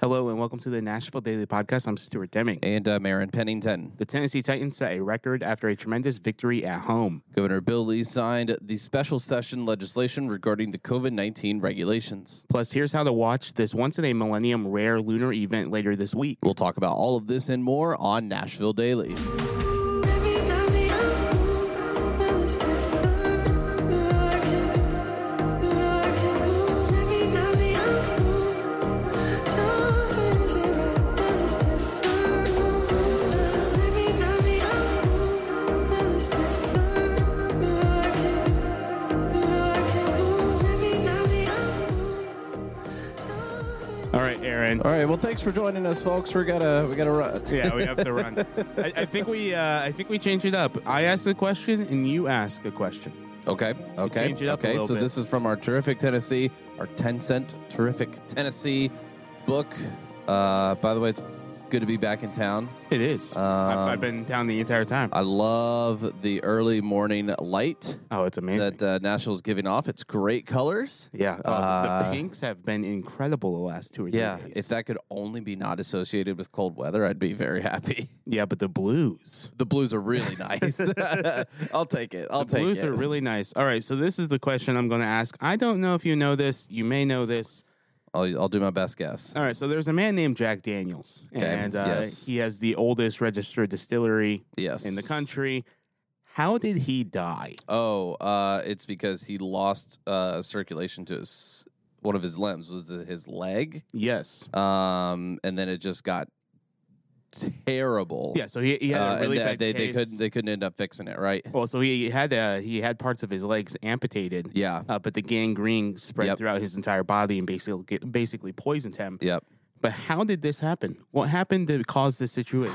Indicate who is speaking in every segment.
Speaker 1: Hello and welcome to the Nashville Daily Podcast. I'm Stuart Deming.
Speaker 2: and uh, Marin Pennington.
Speaker 1: The Tennessee Titans set a record after a tremendous victory at home.
Speaker 2: Governor Bill Lee signed the special session legislation regarding the COVID 19 regulations.
Speaker 1: Plus, here's how to watch this once in a millennium rare lunar event later this week.
Speaker 2: We'll talk about all of this and more on Nashville Daily.
Speaker 1: All right, Aaron.
Speaker 2: All right, well, thanks for joining us, folks. We gotta we gotta run.
Speaker 1: Yeah, we have to run. I, I think we uh, I think we changed it up. I asked a question and you ask a question.
Speaker 2: Okay, okay,
Speaker 1: change it up a
Speaker 2: okay.
Speaker 1: little
Speaker 2: so
Speaker 1: bit.
Speaker 2: this is from our terrific Tennessee, our ten cent terrific Tennessee book. Uh, by the way, it's good to be back in town.
Speaker 1: It is. I've, I've been down the entire time.
Speaker 2: Um, I love the early morning light
Speaker 1: oh, it's amazing.
Speaker 2: that uh, Nashville's giving off. It's great colors.
Speaker 1: yeah, uh, the
Speaker 2: uh,
Speaker 1: pinks have been incredible the last two or three
Speaker 2: Yeah,
Speaker 1: days.
Speaker 2: if that could only be not associated with cold weather, I'd be very happy.
Speaker 1: yeah, but the blues.
Speaker 2: The blues are really nice. I'll take it. I'll take
Speaker 1: Blues
Speaker 2: it.
Speaker 1: are really nice. All right, so this is the question I'm going to ask. I don't know if you know this. You may know this.
Speaker 2: I'll, I'll do my best guess.
Speaker 1: All right, so there's a man named Jack Daniels, and uh,
Speaker 2: yes.
Speaker 1: he has the oldest registered distillery
Speaker 2: Yes.
Speaker 1: in the country. How did he die?
Speaker 2: Oh, uh, it's because he lost uh, circulation to his one of his limbs was his leg,
Speaker 1: Yes.
Speaker 2: um, and then it just got terrible.
Speaker 1: Yeah, so he, he had
Speaker 2: Uh,
Speaker 1: a really
Speaker 2: and
Speaker 1: bad
Speaker 2: they, they, they
Speaker 1: case.
Speaker 2: couldn't they couldn't end up fixing it, right?
Speaker 1: Well, so he had uh, he had parts of his legs amputated.
Speaker 2: Yeah.
Speaker 1: Uh, but the gangrene spread
Speaker 2: Yep.
Speaker 1: throughout his entire body and basically basically poisoned him.
Speaker 2: Yep.
Speaker 1: But how did this happen? What happened to cause this situation?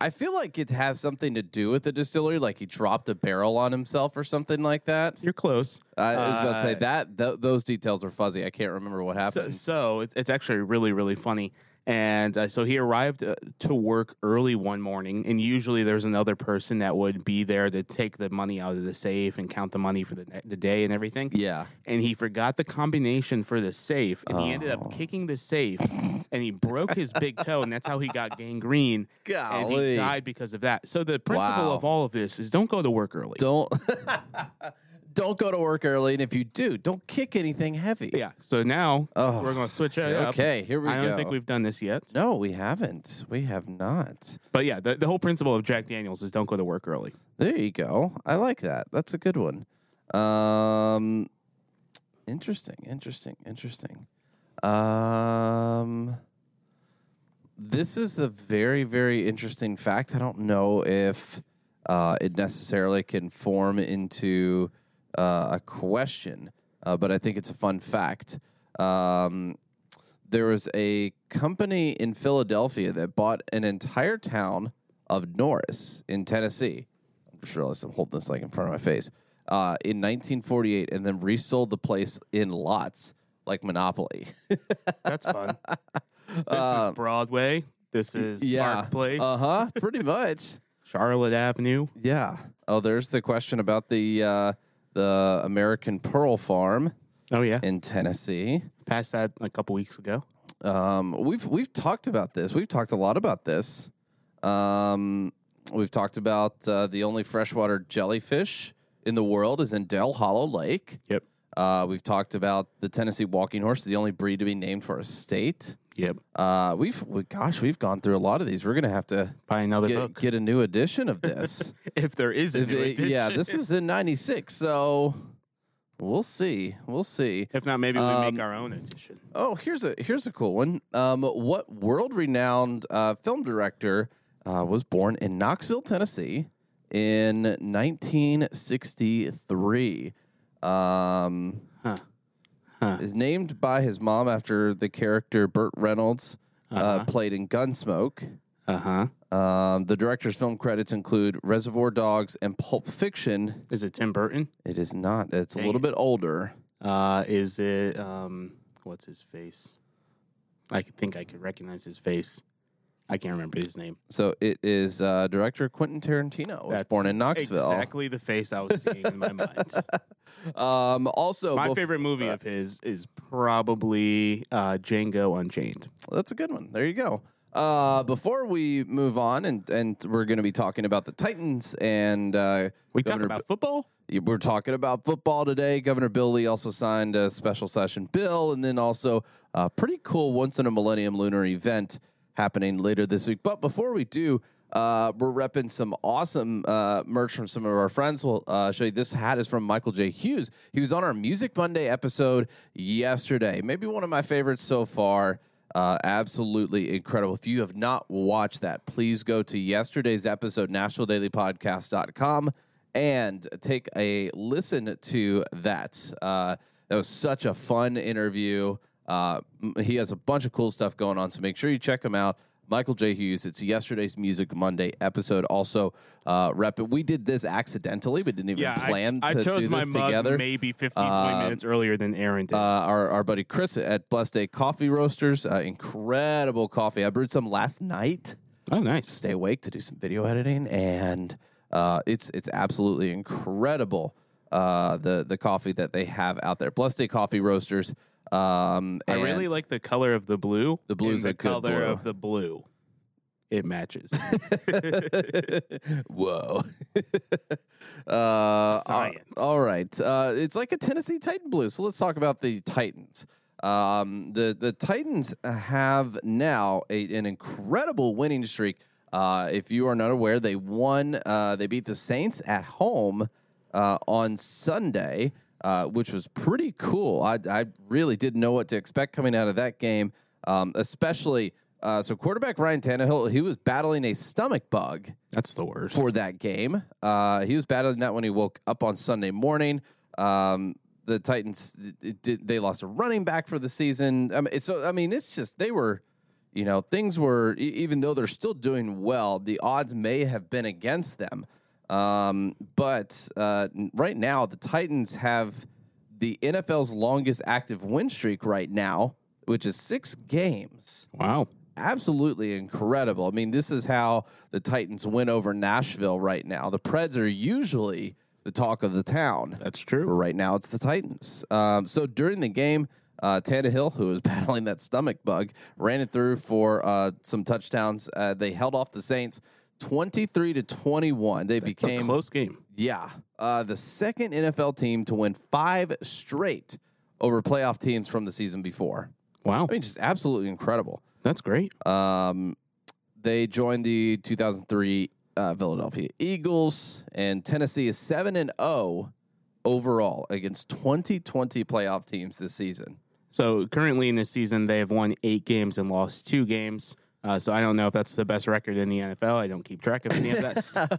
Speaker 2: I feel like it has something to do with the distillery, like he dropped a barrel on himself or something like that.
Speaker 1: You're close.
Speaker 2: I was about to say
Speaker 1: Uh,
Speaker 2: that th- those details are fuzzy. I can't remember what
Speaker 1: So,
Speaker 2: happened.
Speaker 1: so it's, it's actually really, really funny. And uh, so he arrived uh, to work early one morning, and usually there's another person that would be there to take the money out of the safe and count the money for the, ne- the day and everything.
Speaker 2: yeah.
Speaker 1: And he forgot the combination for the safe, and he ended
Speaker 2: Oh.
Speaker 1: up kicking the safe, and he broke his big toe, and that's how he got gangrene. And he
Speaker 2: Golly.
Speaker 1: died because of that. So the principle
Speaker 2: Wow.
Speaker 1: of all of this is don't go to work early.
Speaker 2: Don't don't go to work early, and if you do, don't kick anything heavy.
Speaker 1: Yeah. So now we're going to switch it up.
Speaker 2: Oh, Okay, here we
Speaker 1: I don't
Speaker 2: go.
Speaker 1: think we've done this yet.
Speaker 2: No, we haven't. We have not.
Speaker 1: But yeah, the, the whole principle of Jack Daniels is don't go to work early.
Speaker 2: There you go. I like that. That's a good one. Um, interesting. Interesting. Interesting. Um, this is a very, very interesting fact. I don't know if uh, it necessarily can form into uh, a question, uh, but I think it's a fun fact. Um, there was a company in Philadelphia that bought an entire town of Norris in Tennessee. I'm just realized I'm holding this like in front of my face. Uh, in 1948, and then resold the place in lots like Monopoly.
Speaker 1: That's fun. this
Speaker 2: Um,
Speaker 1: is Broadway. This is Park Place,
Speaker 2: Uh huh. Pretty much.
Speaker 1: Charlotte Avenue.
Speaker 2: Yeah. Oh, there's the question about the uh, the American Pearl Farm
Speaker 1: Oh yeah,
Speaker 2: in Tennessee.
Speaker 1: passed that a couple weeks ago.
Speaker 2: Um, we've we've talked about this. We've talked a lot about this. Um, we've talked about uh, the only freshwater jellyfish in the world is in Dell Hollow Lake.
Speaker 1: Yep,
Speaker 2: Uh, we've talked about the Tennessee walking horse, the only breed to be named for a state.
Speaker 1: yep.
Speaker 2: Uh, we've we, gosh, we've gone through a lot of these. We're gonna have to
Speaker 1: Buy another
Speaker 2: get,
Speaker 1: book
Speaker 2: get a new edition of this.
Speaker 1: if there is a
Speaker 2: If
Speaker 1: new
Speaker 2: it-
Speaker 1: edition.
Speaker 2: yeah, this is in '96, so we'll see. We'll see.
Speaker 1: If not, maybe we
Speaker 2: Um,
Speaker 1: make our own edition.
Speaker 2: Oh, here's a here's a cool one. Um, what world-renowned uh, film director uh, was born in Knoxville, Tennessee, in 1963? Um,
Speaker 1: Huh. Huh.
Speaker 2: Is named by his mom after the character Burt Reynolds
Speaker 1: Uh-huh.
Speaker 2: uh, played in Gunsmoke.
Speaker 1: Uh huh.
Speaker 2: Um, the director's film credits include Reservoir Dogs and Pulp Fiction.
Speaker 1: Is it Tim Burton?
Speaker 2: It is not. It's a little bit older.
Speaker 1: Uh, is it um, what's his face? I could- think I could recognize his face. I can't remember his name.
Speaker 2: So it is uh, director Quentin Tarantino. Was
Speaker 1: That's
Speaker 2: born in Knoxville.
Speaker 1: Exactly the face I was seeing in my mind.
Speaker 2: Um, also,
Speaker 1: My
Speaker 2: bef-
Speaker 1: favorite movie of his is probably uh, Django Unchained.
Speaker 2: That's a good one. There you go. Uh, before we move on, and and we're going to be talking about the Titans and uh,
Speaker 1: We talk
Speaker 2: Governor
Speaker 1: about football.
Speaker 2: Yeah, We're talking about football today. Governor Bill Lee also signed a special session bill, and then also a pretty cool once in a millennium lunar event happening later this week. But before we do, uh, we're repping some awesome uh, merch from some of our friends. We'll uh, show you this hat is from Michael J. Hughes. He was on our Music Monday episode yesterday. Maybe one of my favorites so far. Uh, absolutely incredible. If you have not watched that, please go to yesterday's episode, nationaldailypodcast.com and take a listen to that. Uh, that was such a fun interview. Uh, m- he has a bunch of cool stuff going on, so make sure you check him out. Michael J. Hughes. It's yesterday's Music Monday episode. Also, uh, rep. We did this accidentally. We didn't even
Speaker 1: I-
Speaker 2: plan
Speaker 1: I,
Speaker 2: to
Speaker 1: chose
Speaker 2: do
Speaker 1: my
Speaker 2: this
Speaker 1: mug
Speaker 2: together.
Speaker 1: maybe 15, 20 minutes earlier than Aaron did.
Speaker 2: Uh, our, our buddy Chris at Blessed Day Coffee Roasters, uh, incredible coffee. I brewed some last night
Speaker 1: oh, nice.
Speaker 2: stay awake to do some video editing, and uh, it's it's absolutely incredible uh, the the coffee that they have out there. Blessed Day Coffee Roasters. Um,
Speaker 1: I really
Speaker 2: and
Speaker 1: like the color of the blue.
Speaker 2: The blue's
Speaker 1: and
Speaker 2: a
Speaker 1: the
Speaker 2: good
Speaker 1: color
Speaker 2: blue.
Speaker 1: of the blue. It matches.
Speaker 2: whoa. uh,
Speaker 1: Science.
Speaker 2: all right, uh, it's like a Tennessee Titan blue. So let's talk about the Titans. Um, the the Titans have now a, an incredible winning streak. Uh, if you are not aware, they won. Uh, they beat the Saints at home uh, on Sunday, uh, which was pretty cool. I, I really didn't know what to expect coming out of that game, um, especially. Uh, so quarterback Ryan Tannehill, he was battling a stomach bug
Speaker 1: That's the worst.
Speaker 2: for that game. Uh, he was battling that when he woke up on Sunday morning. Um, the Titans it- it did, they lost a running back for the season. I mean, it's- so I mean, it's just they were, you know, things were e- even though they're still doing well, the odds may have been against them. Um, but uh, n- right now, the Titans have the NFL's longest active win streak right now, which is six games
Speaker 1: wow.
Speaker 2: absolutely incredible. I mean, this is how the Titans win over Nashville right now. The Preds are usually the talk of the town.
Speaker 1: That's true.
Speaker 2: Right now, it's the Titans. Um, so during the game, uh, Tannehill, who was battling that stomach bug, ran it through for uh, some touchdowns. Uh, they held off the Saints, twenty-three to twenty-one. They
Speaker 1: It's a
Speaker 2: became
Speaker 1: close game.
Speaker 2: yeah. Uh, the second NFL team to win five straight over playoff teams from the season before.
Speaker 1: Wow.
Speaker 2: I mean, just absolutely incredible.
Speaker 1: That's great.
Speaker 2: Um, they joined the 2003 uh, Philadelphia Eagles, and Tennessee is seven and zero overall against 2020 playoff teams this season.
Speaker 1: So currently in this season, they have won eight games and lost two games. Uh, so I don't know if that's the best record in the NFL. I don't keep track of any of that stuff.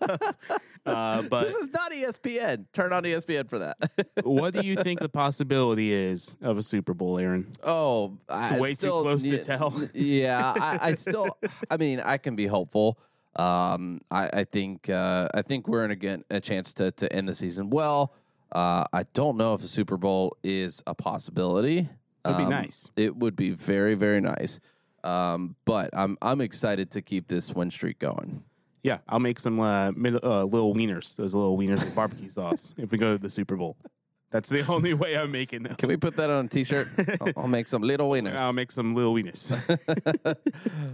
Speaker 1: Uh, but
Speaker 2: This is not E ESPN. Turn on E ESPN for that.
Speaker 1: what do you think the possibility is of a Super Bowl, Aaron?
Speaker 2: oh, I,
Speaker 1: It's way
Speaker 2: still,
Speaker 1: too close
Speaker 2: yeah,
Speaker 1: to tell.
Speaker 2: yeah, I, I still. I mean, I can be hopeful. Um, I, I think uh, I think we're in again a chance to to end the season well. Uh, I don't know if a Super Bowl is a possibility.
Speaker 1: Would be
Speaker 2: Um,
Speaker 1: nice.
Speaker 2: It would be very very nice. Um, but I'm I'm excited to keep this win streak going.
Speaker 1: Yeah, I'll make some uh, mid- uh, little wieners. Those little wieners with barbecue sauce. If we go to the Super Bowl, that's the only way I'm making them.
Speaker 2: Can we put that on a T-shirt? I'll, I'll make some little winners.
Speaker 1: I'll make some little wieners.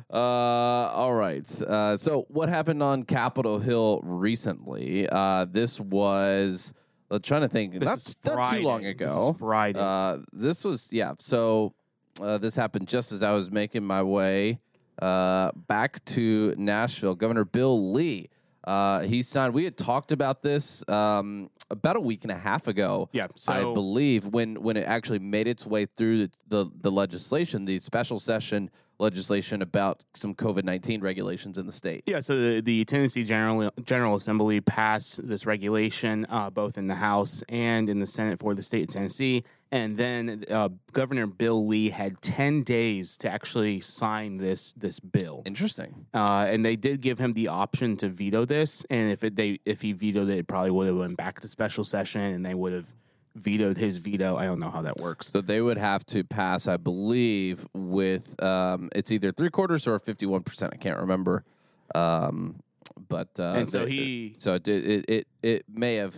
Speaker 2: Uh, all right. Uh, so what happened on Capitol Hill recently? Uh, this was I'm trying to think.
Speaker 1: is
Speaker 2: Not, not too
Speaker 1: Friday.
Speaker 2: long
Speaker 1: This is
Speaker 2: ago.
Speaker 1: Friday.
Speaker 2: Uh, this was yeah. So uh, this happened just as I was making my way uh, back to Nashville. Governor Bill Lee. Uh, he signed. We had talked about this um, about a week and a half ago.
Speaker 1: Yeah,
Speaker 2: I
Speaker 1: so-
Speaker 2: believe when when it actually made its way through the the, the legislation, the special session legislation about some COVID nineteen regulations in the state.
Speaker 1: Yeah, so the, the Tennessee General General Assembly passed this regulation uh, both in the House and in the Senate for the state of Tennessee, and then uh, Governor Bill Lee had ten days to actually sign this this bill,
Speaker 2: Interesting.
Speaker 1: uh, and they did give him the option to veto this, and if it, they if he vetoed it, it probably would have went back to special session, and they would have vetoed his veto. I don't know how that works.
Speaker 2: So they would have to pass, I believe, with um, it's either three quarters or fifty-one percent. I can't remember. Um, but uh,
Speaker 1: And so
Speaker 2: they-
Speaker 1: he-
Speaker 2: so it, did- it it it may have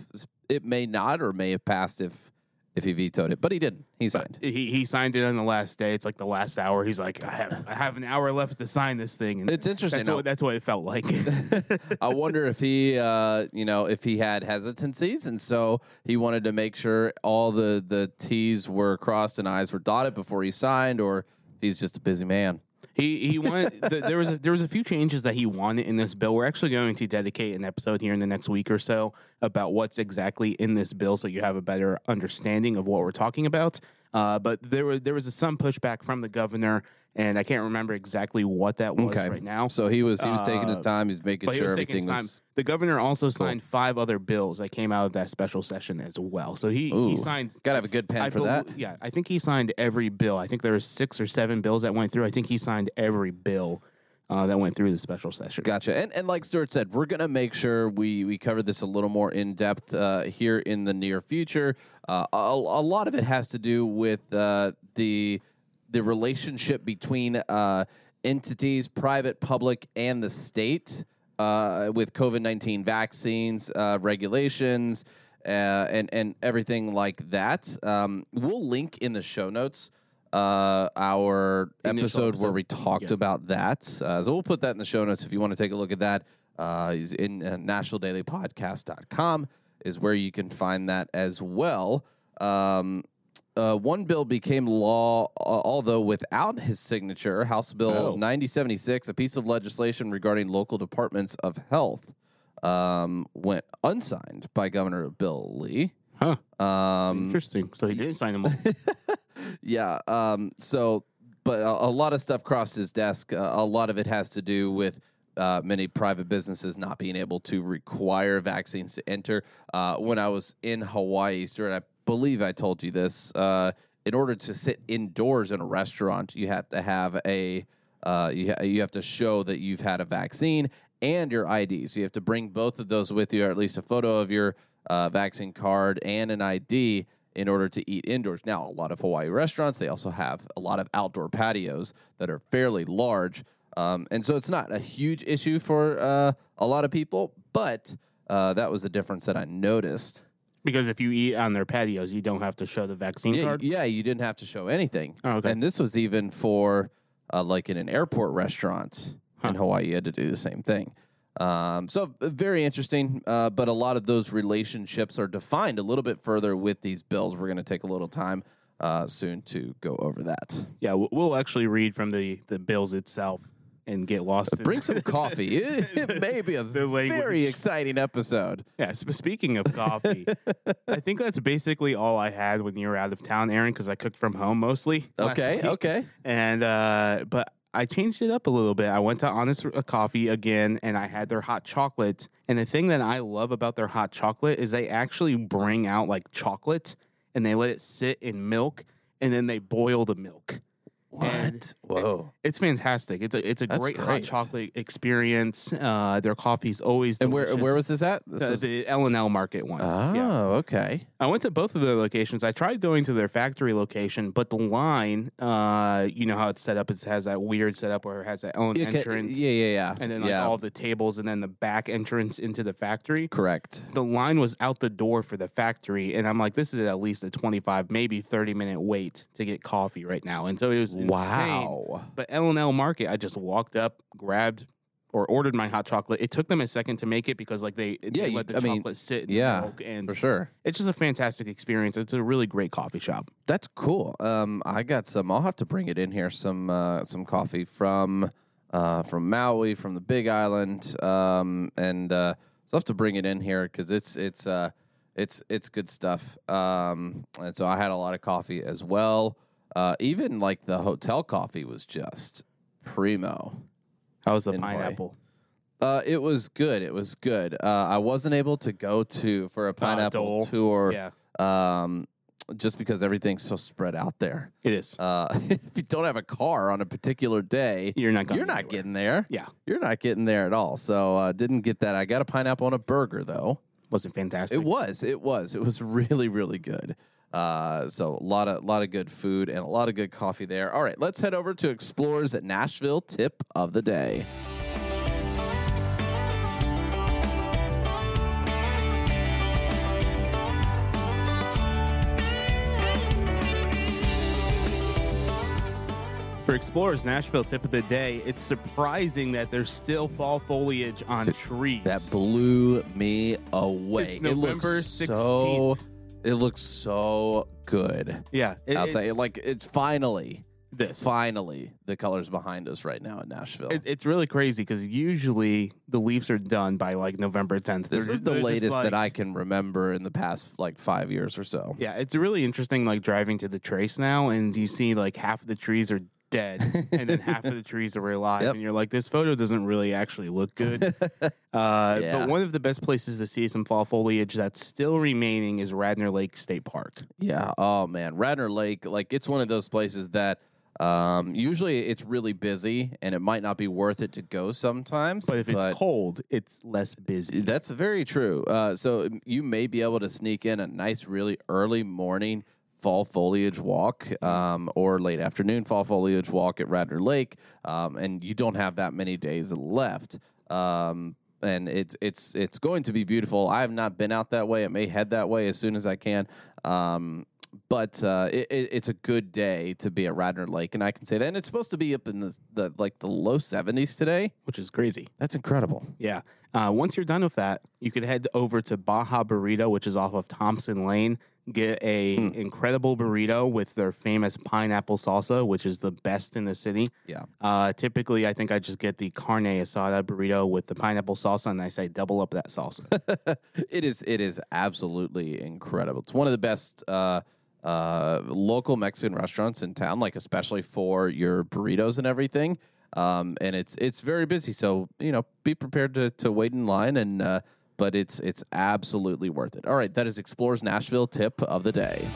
Speaker 2: it may not or may have passed if if he vetoed it, but he didn't. He signed.
Speaker 1: He he signed it on the last day. It's like the last hour. He's like, I have I have an hour left to sign this thing. And
Speaker 2: It's interesting
Speaker 1: That's
Speaker 2: how-
Speaker 1: what, that's what it felt like.
Speaker 2: I wonder if he, uh, you know, if he had hesitancies, and so he wanted to make sure all the the T's were crossed and I's were dotted before he signed, or if he's just a busy man.
Speaker 1: He he wanted th- there was a, there was a few changes that he wanted in this bill. We're actually going to dedicate an episode here in the next week or so about what's exactly in this bill, so you have a better understanding of what we're talking about. Uh, but there was there was some pushback from the governor, and I can't remember exactly what that was
Speaker 2: Okay.
Speaker 1: right now. Uh,
Speaker 2: So he was he was taking his time. He's making
Speaker 1: but he
Speaker 2: sure
Speaker 1: was taking his
Speaker 2: everything
Speaker 1: time.
Speaker 2: was.
Speaker 1: the governor also signed five other bills that came out of that special session as well. So he,
Speaker 2: Ooh.
Speaker 1: he signed.
Speaker 2: Gotta have a good pen
Speaker 1: I
Speaker 2: for that.
Speaker 1: Yeah, I think he signed every bill. I think there were six or seven bills that went through. I think he signed every bill uh, that went through the special session.
Speaker 2: Gotcha. And and like Stuart said, we're gonna make sure we we cover this a little more in depth uh, here in the near future. Uh, a, a lot of it has to do with uh, the the relationship between uh, entities, private, public, and the state uh, with COVID nineteen vaccines uh, regulations. Uh, and and everything like that. Um, we'll link in the show notes uh, our episode, where we talked about that. Uh, so we'll put that in the show notes if you want to take a look at that. Uh, is in uh, nationaldailypodcast.com is where you can find that as well. Um, uh, one bill became law, uh, although without his signature, House Bill
Speaker 1: Oh.
Speaker 2: 9076, a piece of legislation regarding local departments of health, um, went unsigned by Governor Bill Lee.
Speaker 1: Huh.
Speaker 2: Um,
Speaker 1: Interesting. So he didn't sign them all.
Speaker 2: yeah. Um, so, but a, a lot of stuff crossed his desk. Uh, a lot of it has to do with uh, many private businesses not being able to require vaccines to enter. Uh, when I was in Hawaii, Stuart, I believe I told you this. Uh, in order to sit indoors in a restaurant, you have to have a uh, you, ha- you have to show that you've had a vaccine and your ID. So you have to bring both of those with you, or at least a photo of your uh, vaccine card and an ID in order to eat indoors. Now, a lot of Hawaii restaurants, they also have a lot of outdoor patios that are fairly large. Um, and so it's not a huge issue for uh, a lot of people, but uh, that was the difference that I noticed.
Speaker 1: because if you eat on their patios, you don't have to show the vaccine
Speaker 2: Yeah,
Speaker 1: card.
Speaker 2: yeah, you didn't have to show anything.
Speaker 1: Oh, okay.
Speaker 2: And this was even for uh, like in an airport restaurant in Hawaii, you had to do the same thing. Um, so uh, very interesting, uh, but a lot of those relationships are defined a little bit further with these bills. We're going to take a little time uh, soon to go over that.
Speaker 1: Yeah, w we'll actually read from the, the bills itself and get lost. in-
Speaker 2: Bring some coffee. It, it may be a
Speaker 1: language.
Speaker 2: very exciting episode.
Speaker 1: Yeah, sp- speaking of coffee, I think that's basically all I had when you were out of town, Aaron, because I cooked from home mostly. last
Speaker 2: Okay, oh.
Speaker 1: week.
Speaker 2: okay.
Speaker 1: And uh, but I changed it up a little bit. I went to Honest R- Coffee again, and I had their hot chocolate. And the thing that I love about their hot chocolate is they actually bring out like chocolate, and they let it sit in milk, and then they boil the milk. And-
Speaker 2: Whoa.
Speaker 1: It's fantastic. It's a it's a great, hot
Speaker 2: great.
Speaker 1: chocolate experience. Uh, their coffee's always
Speaker 2: And
Speaker 1: delicious. Uh,
Speaker 2: where where was this at? This
Speaker 1: the,
Speaker 2: is-
Speaker 1: the L and L Market one?
Speaker 2: oh,
Speaker 1: Yeah.
Speaker 2: okay.
Speaker 1: I went to both of their locations. I tried going to their factory location, but the line, uh, you know how it's set up. It has that weird setup where it has that own
Speaker 2: Yeah, okay,
Speaker 1: entrance,
Speaker 2: Yeah, yeah, yeah.
Speaker 1: and then like
Speaker 2: yeah.
Speaker 1: all the tables, and then the back entrance into the factory.
Speaker 2: Correct.
Speaker 1: The line was out the door for the factory, and I'm like, this is at least a 25, maybe 30 minute wait to get coffee right now. And so it was insane.
Speaker 2: Wow.
Speaker 1: But L and L Market, I just walked up, grabbed. Or ordered my hot chocolate. It took them a second to make it because, like, they, they
Speaker 2: you-
Speaker 1: let the
Speaker 2: I mean,
Speaker 1: chocolate sit in the
Speaker 2: yeah,
Speaker 1: milk and
Speaker 2: For sure.
Speaker 1: it's just a fantastic experience. It's a really great coffee shop.
Speaker 2: That's cool. Um, I got some. I'll have to bring it in here. Some uh, some coffee from uh, from Maui, from the Big Island, um, and uh, so I'll have to bring it in here because it's it's uh, it's it's good stuff. Um, and so I had a lot of coffee as well. Uh, even like the hotel coffee was just primo.
Speaker 1: How was the
Speaker 2: Hawaii.
Speaker 1: pineapple?
Speaker 2: Uh, it was good. It was good. Uh, I wasn't able to go to for a pineapple
Speaker 1: Ah, Dole.
Speaker 2: tour.
Speaker 1: Yeah,
Speaker 2: Um, just because everything's so spread out there.
Speaker 1: it is.
Speaker 2: Uh, if you don't have a car on a particular day,
Speaker 1: You're not going.
Speaker 2: you're not
Speaker 1: anywhere.
Speaker 2: getting there.
Speaker 1: Yeah.
Speaker 2: You're not getting there at all. So uh, didn't get that. I got a pineapple on a burger though.
Speaker 1: wasn't fantastic.
Speaker 2: It was. It was. It was really, really good. Uh, so a lot of lot of good food and a lot of good coffee there. All right, let's head over to Explorers at Nashville. Tip of the day.
Speaker 1: For Explorers Nashville tip of the day, it's surprising that there's still fall foliage on trees.
Speaker 2: That blew me away.
Speaker 1: It's November
Speaker 2: looks so-
Speaker 1: 16th.
Speaker 2: it looks so good.
Speaker 1: yeah, it-
Speaker 2: I'll tell you,
Speaker 1: it's
Speaker 2: like it's finally,
Speaker 1: this.
Speaker 2: finally, the colors behind us right now in Nashville.
Speaker 1: It, it's really crazy because usually the leaves are done by like November 10th.
Speaker 2: this
Speaker 1: They're-
Speaker 2: is the
Speaker 1: they're just
Speaker 2: latest
Speaker 1: like-
Speaker 2: that I can remember in the past like five years or so.
Speaker 1: Yeah, it's really interesting. Like driving to the trace now, and you see like half of the trees are dead, and then half of the trees are alive,
Speaker 2: Yep.
Speaker 1: and you're like, this photo doesn't really actually look good. uh,
Speaker 2: Yeah.
Speaker 1: But one of the best places to see some fall foliage that's still remaining is Radnor Lake State Park.
Speaker 2: Yeah. Oh man, Radnor Lake, like it's one of those places that um, usually it's really busy and it might not be worth it to go sometimes.
Speaker 1: But if it's cold, it's less busy.
Speaker 2: that's very true. Uh, so you may be able to sneak in a nice, really early morning fall foliage walk um, or late afternoon fall foliage walk at Radnor Lake, um, and you don't have that many days left. Um, and it's it's it's going to be beautiful. I have not been out that way. I may head that way as soon as I can. Um, but uh, it, it, it's a good day to be at Radnor Lake, and I can say that. And it's supposed to be up in the, the like the low seventies today.
Speaker 1: Which is crazy.
Speaker 2: That's incredible.
Speaker 1: Yeah. Uh, once you're done with that, you could head over to Baja Burrito, which is off of Thompson Lane. Get a
Speaker 2: Hmm.
Speaker 1: incredible burrito with their famous pineapple salsa, which is the best in the city.
Speaker 2: Yeah.
Speaker 1: Uh, typically, I think I just get the carne asada burrito with the pineapple salsa, and I say double up that salsa.
Speaker 2: It is. It is absolutely incredible. It's one of the best uh, uh, local Mexican restaurants in town, like especially for your burritos and everything. Um, and it's it's very busy, so you know, be prepared to, to wait in line. And uh, but it's it's absolutely worth it. All right, that is Explores Nashville tip of the day.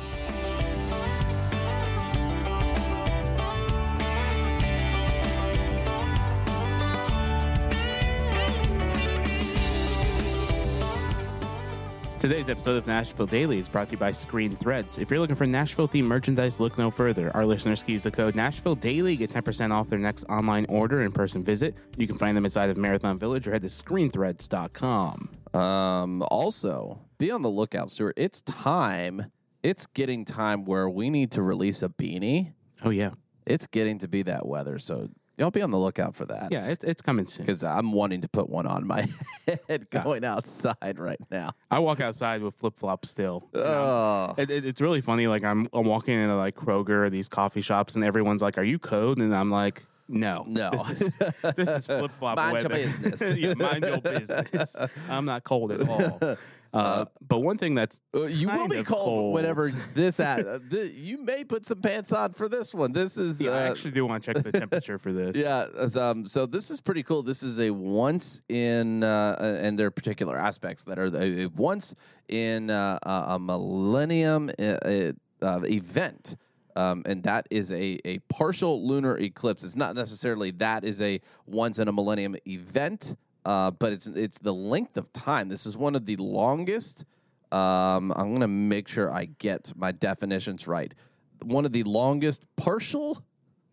Speaker 1: Today's episode of Nashville Daily is brought to you by Screen Threads. If you're looking for Nashville themed merchandise, look no further. Our listeners can use the code Nashville Daily get 10% off their next online order in person visit. You can find them inside of Marathon Village or head to screenthreads.com.
Speaker 2: Um, also, be on the lookout, Stuart. It's time. It's getting time where we need to release a beanie.
Speaker 1: Oh, yeah.
Speaker 2: It's getting to be that weather, so y'all be on the lookout for that.
Speaker 1: Yeah, it's, it's coming soon.
Speaker 2: because I'm wanting to put one on my head going outside right now.
Speaker 1: I walk outside with flip flops still.
Speaker 2: Oh,
Speaker 1: It, it- it's really funny. Like, I'm, I'm walking into like Kroger or these coffee shops, and everyone's like, Are you code? And I'm like, no,
Speaker 2: No.
Speaker 1: This is, this is flip flop
Speaker 2: Mind
Speaker 1: weather.
Speaker 2: your business.
Speaker 1: yeah, mind your business. I'm not cold at all. Uh, but one thing that's
Speaker 2: Uh, you will
Speaker 1: kind
Speaker 2: be
Speaker 1: of
Speaker 2: cold,
Speaker 1: cold.
Speaker 2: whenever this. At, uh, thi- you may put some pants on for this one. This is
Speaker 1: Yeah, I
Speaker 2: uh,
Speaker 1: actually do want to check the temperature for this.
Speaker 2: Yeah, as, um, so this is pretty cool. This is a once in, uh, uh, and there are particular aspects that are a, a once in uh, a a millennium uh, uh, uh, event. Um, and that is a, a partial lunar eclipse. It's not necessarily that is a once in a millennium event, uh, but it's it's the length of time. This is one of the longest. Um, I'm gonna make sure I get my definitions right. One of the longest partial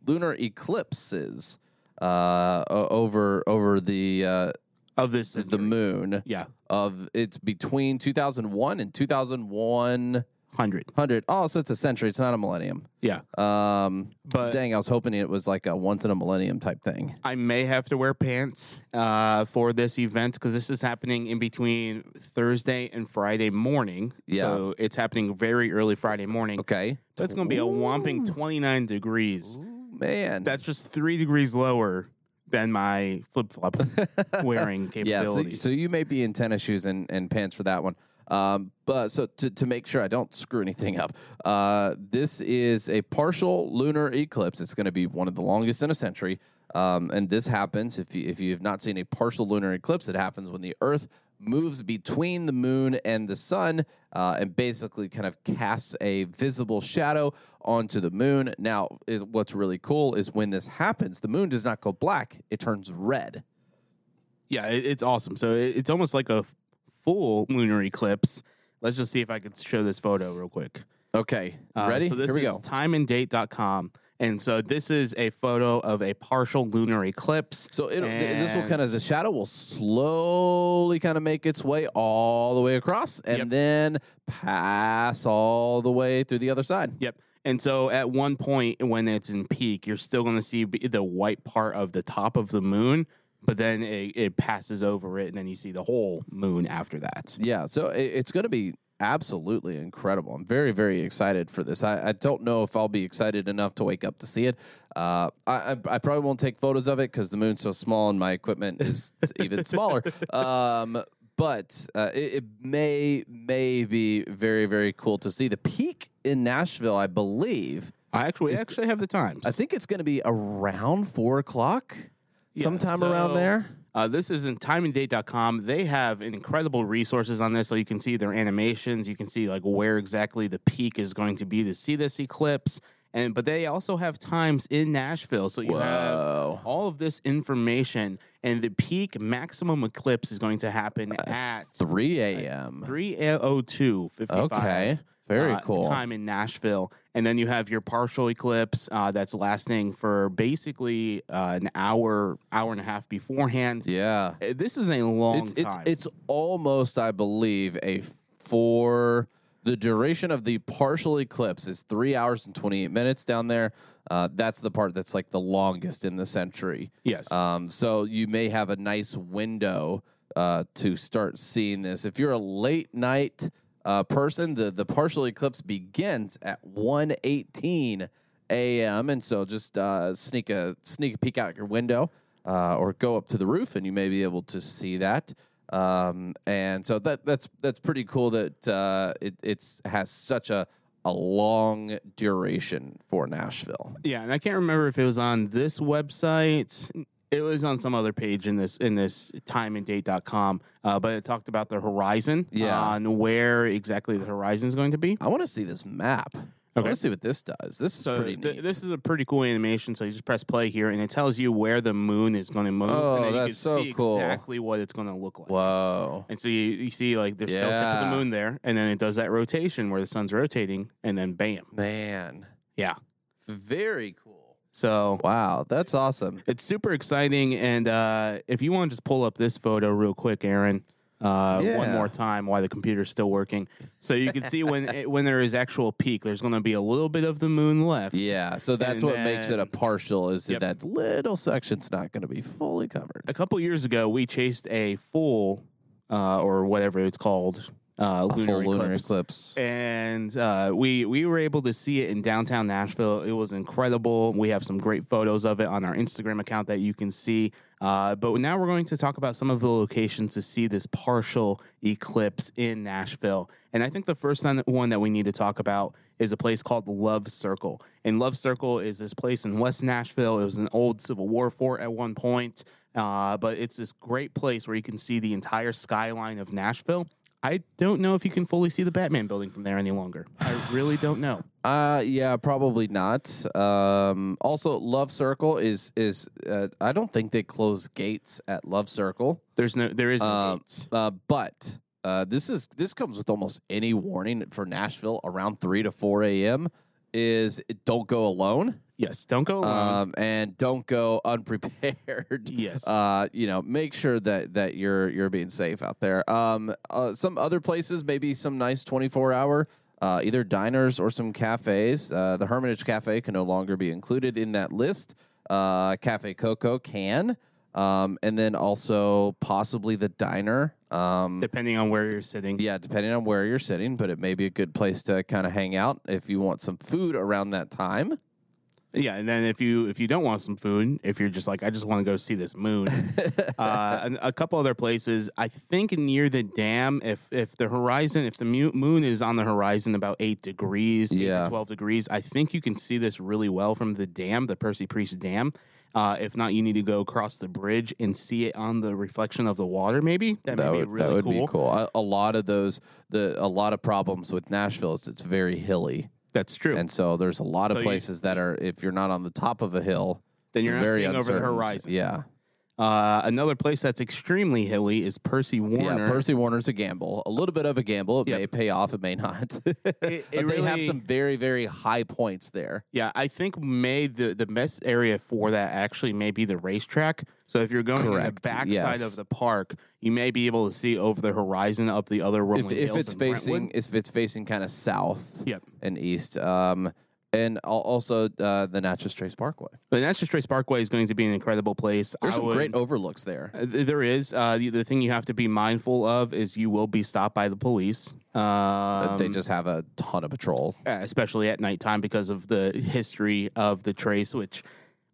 Speaker 2: lunar eclipses uh, o- over over the uh,
Speaker 1: Of this,
Speaker 2: the
Speaker 1: century.
Speaker 2: moon.
Speaker 1: yeah,
Speaker 2: Of it's between 2001 and 2100.
Speaker 1: hundred.
Speaker 2: Oh, so it's a century. It's not a millennium.
Speaker 1: Yeah,
Speaker 2: Um,
Speaker 1: But-
Speaker 2: dang, I was hoping it was like a once in a millennium type thing.
Speaker 1: I may have to wear pants uh, for this event because this is happening in between Thursday and Friday morning.
Speaker 2: Yeah.
Speaker 1: so it's happening very early Friday morning.
Speaker 2: Okay,
Speaker 1: So it's going to be a whopping twenty nine degrees.
Speaker 2: man.
Speaker 1: That's just three degrees lower than my flip flop wearing
Speaker 2: yeah. So,
Speaker 1: capabilities.
Speaker 2: so you may be in tennis shoes and, and pants for that one. Um, but so to, to make sure I don't screw anything up, uh, this is a partial lunar eclipse. It's going to be one of the longest in a century. Um, and this happens if you, if you have not seen a partial lunar eclipse, it happens when the Earth moves between the moon and the sun uh, and basically kind of casts a visible shadow onto the moon. Now, is, what's really cool is when this happens, the moon does not go black, it turns red.
Speaker 1: yeah, it, it's awesome. So it, it's almost like a f- full lunar eclipse. Let's just see if I can show this photo real quick.
Speaker 2: Okay,
Speaker 1: Uh,
Speaker 2: ready?
Speaker 1: So this
Speaker 2: Here we
Speaker 1: is
Speaker 2: go.
Speaker 1: timeanddate.com. And so this is a photo of a partial lunar eclipse.
Speaker 2: So it'll, th- this will
Speaker 1: And-
Speaker 2: kind of the shadow will slowly kind of make its way all the way across and
Speaker 1: Yep.
Speaker 2: then pass all the way through the other side.
Speaker 1: Yep. And so at one point when it's in peak, you're still going to see b- the white part of the top of the moon, but then it, it passes over it, and then you see the whole moon after that.
Speaker 2: Yeah, so it, it's going to be absolutely incredible. I'm very, very excited for this. I, I don't know if I'll be excited enough to wake up to see it. Uh, I, I, I probably won't take photos of it because the moon's so small and my equipment is even smaller. Um, but uh, it, it may may be very, very cool to see the peak in Nashville. I believe.
Speaker 1: I actually actually have the times.
Speaker 2: I think it's going to be around four o'clock, sometime around
Speaker 1: so-
Speaker 2: there.
Speaker 1: Uh, this is in timeanddate.com. They have incredible resources on this. So you can see their animations. You can see like where exactly the peak is going to be to see this eclipse. And but they also have times in Nashville. So you
Speaker 2: Whoa.
Speaker 1: have all of this information. And the peak maximum eclipse is going to happen
Speaker 2: Uh,
Speaker 1: at
Speaker 2: 3 a.m.
Speaker 1: 302 55.
Speaker 2: Okay. Very
Speaker 1: uh,
Speaker 2: cool.
Speaker 1: Time in Nashville. And then you have your partial eclipse uh, that's lasting for basically uh, an hour, hour and a half beforehand.
Speaker 2: Yeah.
Speaker 1: Uh, This is a long
Speaker 2: It's, it's,
Speaker 1: time.
Speaker 2: it's almost, I believe, a four. The duration of the partial eclipse is three hours and 28 minutes down there. Uh, that's the part that's like the longest in the century.
Speaker 1: yes.
Speaker 2: Um, so you may have a nice window uh, to start seeing this. If you're a late night uh, person, the, the partial eclipse begins at 1.18 a.m. And so just uh, sneak a sneak a peek out your window uh, or go up to the roof and you may be able to see that. Um, and so that that's that's pretty cool that uh, it it's has such a a long duration for Nashville.
Speaker 1: yeah, and I can't remember if it was on this website. It was on some other page in this in this timeanddate.com, uh, but it talked about the horizon
Speaker 2: Yeah.
Speaker 1: on where exactly the horizon is going to be.
Speaker 2: I want to see this map. I
Speaker 1: Okay.
Speaker 2: want to see what this does. This is
Speaker 1: So
Speaker 2: pretty neat.
Speaker 1: th- this is a pretty cool animation. So you just press play here, and it tells you where the moon is going to move,
Speaker 2: Oh,
Speaker 1: and then you
Speaker 2: that's
Speaker 1: can
Speaker 2: so
Speaker 1: see
Speaker 2: cool.
Speaker 1: exactly what it's going to look like.
Speaker 2: Whoa.
Speaker 1: And so you, you see like there's still tip of
Speaker 2: Yeah.
Speaker 1: the moon there, and then it does that rotation where the sun's rotating, and then bam,
Speaker 2: Man.
Speaker 1: yeah.
Speaker 2: Very cool.
Speaker 1: So
Speaker 2: Wow. That's awesome.
Speaker 1: It's super exciting, and uh, if you want to just pull up this photo real quick, Aaron, uh, one
Speaker 2: Yeah.
Speaker 1: more time, while the computer's still working, so you can see when it, when there is actual peak, there's going to be a little bit of the moon left.
Speaker 2: Yeah. So that's
Speaker 1: And
Speaker 2: what makes it a
Speaker 1: then-
Speaker 2: partial is that
Speaker 1: Yep.
Speaker 2: that little section's not going to be fully covered.
Speaker 1: A couple years ago, we chased a full, uh, or whatever it's called, uh,
Speaker 2: A
Speaker 1: lunar,
Speaker 2: full
Speaker 1: eclipse.
Speaker 2: lunar eclipse.
Speaker 1: And uh, we we were able to see it in downtown Nashville. It was incredible. We have some great photos of it on our Instagram account that you can see. Uh, but now we're going to talk about some of the locations to see this partial eclipse in Nashville. And I think the first one- one that we need to talk about is a place called Love Circle. And Love Circle is this place in West Nashville. It was an old Civil War fort at one point. Uh, but it's this great place where you can see the entire skyline of Nashville. I don't know if you can fully see the Batman building from there any longer. I really don't know.
Speaker 2: Uh, yeah, probably not. Um, also, Love Circle is is uh, I don't think they close gates at Love Circle.
Speaker 1: There's no, there is no
Speaker 2: Um,
Speaker 1: gates.
Speaker 2: Uh, but uh, this is this comes with almost any warning for Nashville around three to four a.m. Is don't go alone
Speaker 1: Yes, don't go alone.
Speaker 2: um, and don't go unprepared.
Speaker 1: Yes.
Speaker 2: uh, you know, make sure that that you're you're being safe out there. Um, uh, some other places, maybe some nice twenty four hour. Uh, either diners or some cafes. Uh, the Hermitage Cafe can no longer be included in that list. Uh, Cafe Coco can, um, and then also possibly the diner. Um,
Speaker 1: depending on where you're sitting.
Speaker 2: yeah, depending on where you're sitting, but it may be a good place to kind of hang out if you want some food around that time.
Speaker 1: Yeah, and then if you if you don't want some food, if you're just like I just want to go see this moon, uh, and a couple other places. I think near the dam, if if the horizon, if the mu- moon is on the horizon about eight degrees, eight to
Speaker 2: Yeah.
Speaker 1: twelve degrees, I think you can see this really well from the dam, the Percy Priest Dam. Uh, if not, you need to go across the bridge and see it on the reflection of the water. Maybe that,
Speaker 2: that
Speaker 1: may
Speaker 2: would,
Speaker 1: be really
Speaker 2: that would
Speaker 1: cool.
Speaker 2: be cool. A, a lot of those, the a lot of problems with Nashville is it's very hilly,
Speaker 1: That's true.
Speaker 2: and so there's a lot
Speaker 1: So
Speaker 2: of
Speaker 1: you-
Speaker 2: places that are if you're not on the top of a hill,
Speaker 1: then you're not
Speaker 2: very
Speaker 1: seeing over the
Speaker 2: uncertain.
Speaker 1: horizon.
Speaker 2: Yeah,
Speaker 1: Uh, another place that's extremely hilly is Percy Warner.
Speaker 2: Yeah, Percy Warner's a gamble, a little bit of a gamble. It
Speaker 1: Yep.
Speaker 2: may pay off, it may not. but
Speaker 1: It-
Speaker 2: they
Speaker 1: it
Speaker 2: have
Speaker 1: really-
Speaker 2: some very, very high points there.
Speaker 1: Yeah, I think May the the best area for that actually may be the racetrack. So if you're going on the
Speaker 2: Correct,
Speaker 1: backside
Speaker 2: yes.
Speaker 1: of the park, you may be able to see over the horizon of the other rolling
Speaker 2: If, if
Speaker 1: hills
Speaker 2: it's
Speaker 1: in
Speaker 2: facing,
Speaker 1: Brentwood.
Speaker 2: if it's facing kind of south
Speaker 1: Yep.
Speaker 2: and east, um, and al- also uh, the Natchez Trace Parkway.
Speaker 1: the Natchez Trace Parkway is going to be an incredible place.
Speaker 2: There's
Speaker 1: I
Speaker 2: some
Speaker 1: would-
Speaker 2: great overlooks there.
Speaker 1: Uh, th- There is. Uh, the, the thing you have to be mindful of is you will be stopped by the police,
Speaker 2: Uh,
Speaker 1: um,
Speaker 2: they just have a ton of patrol.
Speaker 1: uh, especially at nighttime because of the history of the trace, which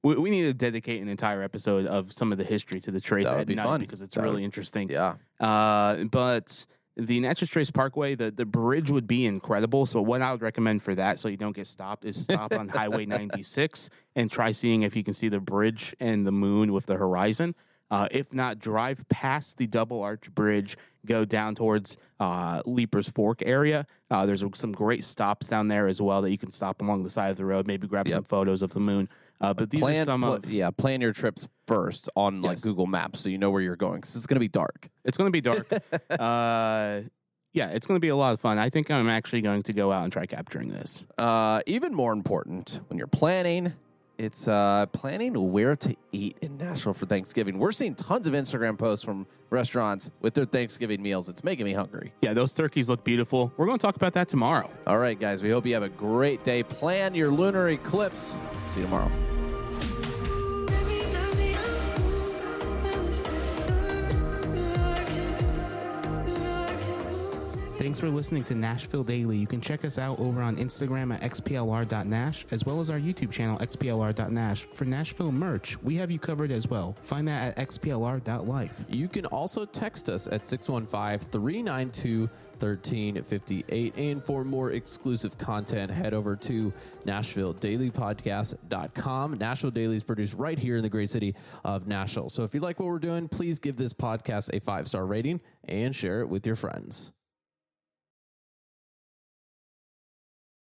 Speaker 1: we, we need to dedicate an entire episode of some of the history to the trace
Speaker 2: That would
Speaker 1: at
Speaker 2: be
Speaker 1: night
Speaker 2: fun.
Speaker 1: because it's
Speaker 2: That
Speaker 1: really
Speaker 2: would-
Speaker 1: interesting.
Speaker 2: Yeah.
Speaker 1: Uh, but the Natchez Trace Parkway, the, the bridge would be incredible. So what I would recommend for that, so you don't get stopped, is stop on Highway 96 and try seeing if you can see the bridge and the moon with the horizon. Uh, if not, drive past the double arch bridge, go down towards uh, Leapers Fork area. Uh, there's some great stops down there as well that you can stop along the side of the road. Maybe grab some photos of the moon. Uh, but these are
Speaker 2: plan,
Speaker 1: some
Speaker 2: pl-
Speaker 1: of
Speaker 2: yeah, plan your trips first on like
Speaker 1: Yes.
Speaker 2: Google Maps so you know where you're going because it's gonna be dark.
Speaker 1: It's going to be dark. uh, yeah, it's going to be a lot of fun. I think I'm actually going to go out and try capturing this.
Speaker 2: Uh, even more important when you're planning, it's uh, planning where to eat in Nashville for Thanksgiving. We're seeing tons of Instagram posts from restaurants with their Thanksgiving meals. It's making me hungry.
Speaker 1: Yeah, those turkeys look beautiful. We're going to talk about that tomorrow.
Speaker 2: All right, guys, we hope you have a great day. Plan your lunar eclipse. See you tomorrow.
Speaker 1: Thanks for listening to Nashville Daily. You can check us out over on Instagram at xplr.nash as well as our YouTube channel xplr.nash. For Nashville merch, we have you covered as well. Find that at xplr.life.
Speaker 3: You can also text us at 615 392 1358. And for more exclusive content, head over to NashvilleDailyPodcast.com. Nashville Daily is produced right here in the great city of Nashville. So if you like what we're doing, please give this podcast a five star rating and share it with your friends.